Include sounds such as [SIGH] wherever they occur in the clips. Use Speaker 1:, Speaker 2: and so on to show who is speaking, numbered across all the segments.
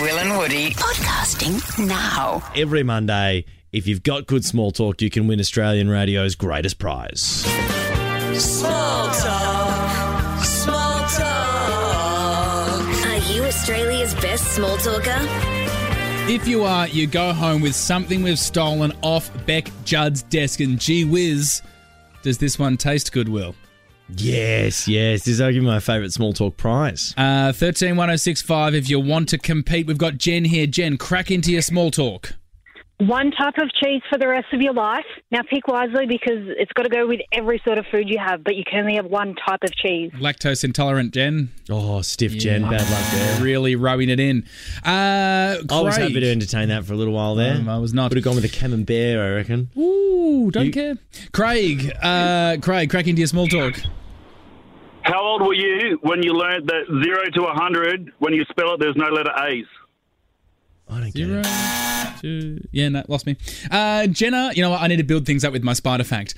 Speaker 1: Will and Woody podcasting now.
Speaker 2: Every Monday, if you've got good small talk, you can win Australian radio's greatest prize.
Speaker 3: Small talk. Small talk.
Speaker 4: Are you Australia's best small talker?
Speaker 5: If you are, you go home with something we've stolen off Beck Judd's desk, and gee whiz, does this one taste good, Will?
Speaker 2: Yes, yes. This is arguably my favourite small talk prize.
Speaker 5: Uh, 131065, if you want to compete, we've got Jen here. Jen, crack into your small talk.
Speaker 6: One type of cheese for the rest of your life. Now pick wisely because it's got to go with every sort of food you have, but you can only have one type of cheese.
Speaker 5: Lactose intolerant, Jen.
Speaker 2: Oh, stiff Jen, bad luck there.
Speaker 5: Really rubbing it in. Uh,
Speaker 2: I was
Speaker 5: Craig.
Speaker 2: happy to entertain that for a little while there.
Speaker 5: Um, I was not.
Speaker 2: Would have gone with a camembert, I reckon.
Speaker 5: Ooh, don't
Speaker 2: You-
Speaker 5: care. Craig, uh, Craig, crack into your small talk.
Speaker 7: How old were you when you learned that zero to a hundred, when you spell it, there's no letter A's?
Speaker 2: I don't get
Speaker 5: Zero,
Speaker 2: it.
Speaker 5: two. Yeah, no, lost me. Uh, Jenna, you know what? I need to build things up with my spider fact.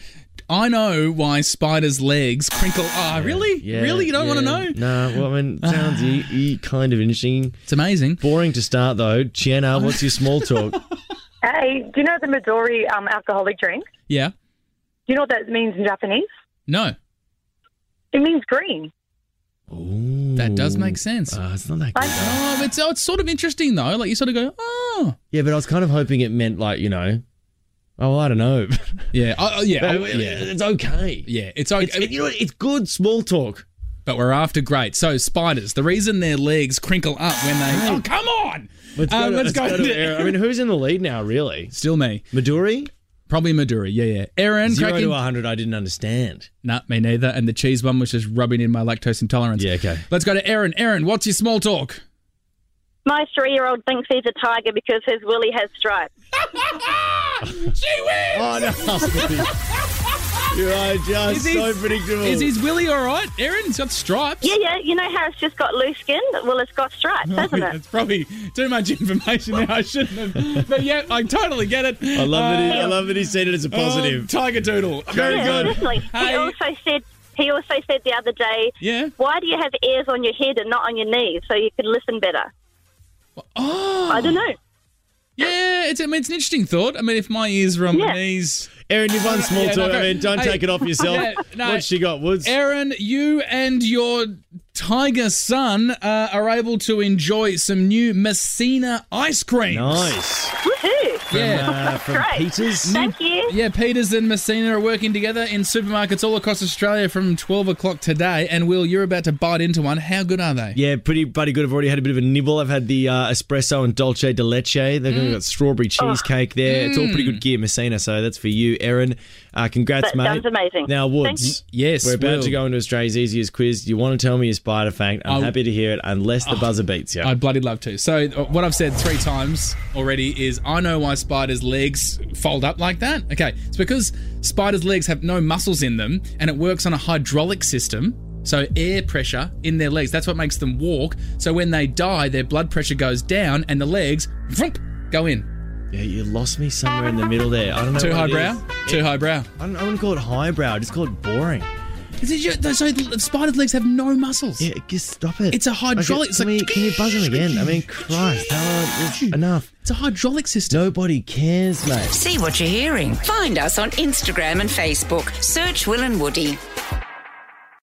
Speaker 5: I know why spiders' legs crinkle. Ah, really?
Speaker 2: Yeah,
Speaker 5: really? You don't want to know?
Speaker 2: yeah. No, well, I mean, sounds e- e- kind of interesting.
Speaker 5: It's amazing.
Speaker 2: Boring to start, though. Jenna, what's your small talk?
Speaker 6: Hey, do you know the Midori um, alcoholic drink?
Speaker 5: Yeah.
Speaker 6: Do you know what that means in Japanese?
Speaker 5: No,
Speaker 6: It means green.
Speaker 2: Ooh.
Speaker 5: [LAUGHS] that does make sense.
Speaker 2: Ah, it's not that good. though.
Speaker 5: oh, it's, oh, it's sort of interesting, though. Like, you sort of go, oh.
Speaker 2: Yeah, but I was kind of hoping it meant, like, you know, oh, I don't know. [LAUGHS]
Speaker 5: Yeah. Oh, oh, yeah.
Speaker 2: But
Speaker 5: oh, yeah.
Speaker 2: It's okay.
Speaker 5: Yeah. It's okay.
Speaker 2: It's, you know, what? it's good small talk.
Speaker 5: But we're after great. So spiders, the reason their legs crinkle up when they oh come on, Um, let's go
Speaker 2: to
Speaker 5: into-
Speaker 2: Aaron. [LAUGHS] I mean, who's in the lead now, really?
Speaker 5: [LAUGHS] still me,
Speaker 2: Maduri?
Speaker 5: probably Maduri. Yeah, yeah. Aaron,
Speaker 2: Zero
Speaker 5: cracking.
Speaker 2: to 100, I didn't understand.
Speaker 5: Nah, me neither. And the cheese one was just rubbing in my lactose intolerance.
Speaker 2: Yeah, okay.
Speaker 5: Let's go to Aaron. Aaron, what's your small talk?
Speaker 8: My three year old thinks he's a tiger because his willy has stripes.
Speaker 2: Oh, [LAUGHS] no. You're right, just
Speaker 5: Is
Speaker 2: so
Speaker 5: his-
Speaker 2: predictable.
Speaker 5: Is his willy all right? Aaron's got stripes.
Speaker 8: Yeah, yeah, you know how it's just got loose skin? Well, it's got stripes,
Speaker 5: Oh,
Speaker 8: hasn't it?
Speaker 5: [LAUGHS] It's probably too much information there. I shouldn't have. But yeah, I totally get it. Uh, Oh,
Speaker 2: I love that. He, I love that he said it as a positive.
Speaker 5: tiger doodle. [LAUGHS] Very
Speaker 8: yeah,
Speaker 5: good.
Speaker 8: seriously.
Speaker 5: Hey.
Speaker 8: He also said he also said the other day,
Speaker 5: Yeah.
Speaker 8: why do you have ears on your head and not on your knees so you can listen better?
Speaker 5: Oh.
Speaker 8: I don't know.
Speaker 5: Yeah, it's, I mean, it's an interesting thought. I mean, if my ears were on my
Speaker 8: Yeah.
Speaker 5: knees.
Speaker 2: Aaron, you've won small
Speaker 5: Yeah,
Speaker 2: talk.
Speaker 5: no,
Speaker 2: I mean, don't
Speaker 5: hey.
Speaker 2: take it off yourself.
Speaker 5: Yeah, no.
Speaker 2: What's she got, Woods?
Speaker 5: Aaron, you and your tiger son uh, are able to enjoy some new Messina ice cream.
Speaker 2: Nice.
Speaker 8: Woohoo!
Speaker 5: Yeah.
Speaker 2: Uh, from
Speaker 8: Great.
Speaker 2: Peters.
Speaker 8: Thank you.
Speaker 5: Yeah, Peters and Messina are working together in supermarkets all across Australia from 12 o'clock today. And Will, you're about to bite into one. How good are they?
Speaker 2: Yeah, pretty bloody good. I've already had a bit of a nibble. I've had the uh, espresso and dolce de leche. They've
Speaker 8: Mm.
Speaker 2: got strawberry
Speaker 8: Ah.
Speaker 2: cheesecake there. It's all pretty good gear, Messina. So that's for you, Erin. Uh, congrats,
Speaker 8: That
Speaker 2: mate.
Speaker 8: sounds amazing.
Speaker 2: Now, Woods.
Speaker 8: Thank
Speaker 5: Yes,
Speaker 2: We're about
Speaker 5: Will.
Speaker 2: to go into Australia's easiest quiz. You want to tell me your spider fact? I'm
Speaker 5: Oh.
Speaker 2: happy to hear it, unless
Speaker 5: Ah.
Speaker 2: the buzzer beats you.
Speaker 5: I'd bloody love to. So, uh, what I've said three times already is I know why spiders' legs fold up like that. Okay, it's because spiders' legs have no muscles in them and it works on a hydraulic system. So, air pressure in their legs, that's what makes them walk. So, when they die, their blood pressure goes down and the legs vroomp, go in.
Speaker 2: yeah, you lost me somewhere in the middle there. I don't know.
Speaker 5: Too
Speaker 2: what it
Speaker 5: highbrow?
Speaker 2: is.
Speaker 5: Too highbrow.
Speaker 2: I, don't, I wouldn't call it highbrow. I just call it boring.
Speaker 5: Is it ju- So, the spiders' legs have no muscles.
Speaker 2: Yeah, just stop it.
Speaker 5: It's a hydraulic- it's
Speaker 2: can,
Speaker 5: like-
Speaker 2: we- can you buzz him again? I mean,
Speaker 5: [LAUGHS]
Speaker 2: Christ, how, enough.
Speaker 5: It's a hydraulic system.
Speaker 2: Nobody cares, mate.
Speaker 1: See what you're hearing. Find us on Instagram and Facebook. Search Will and Woody.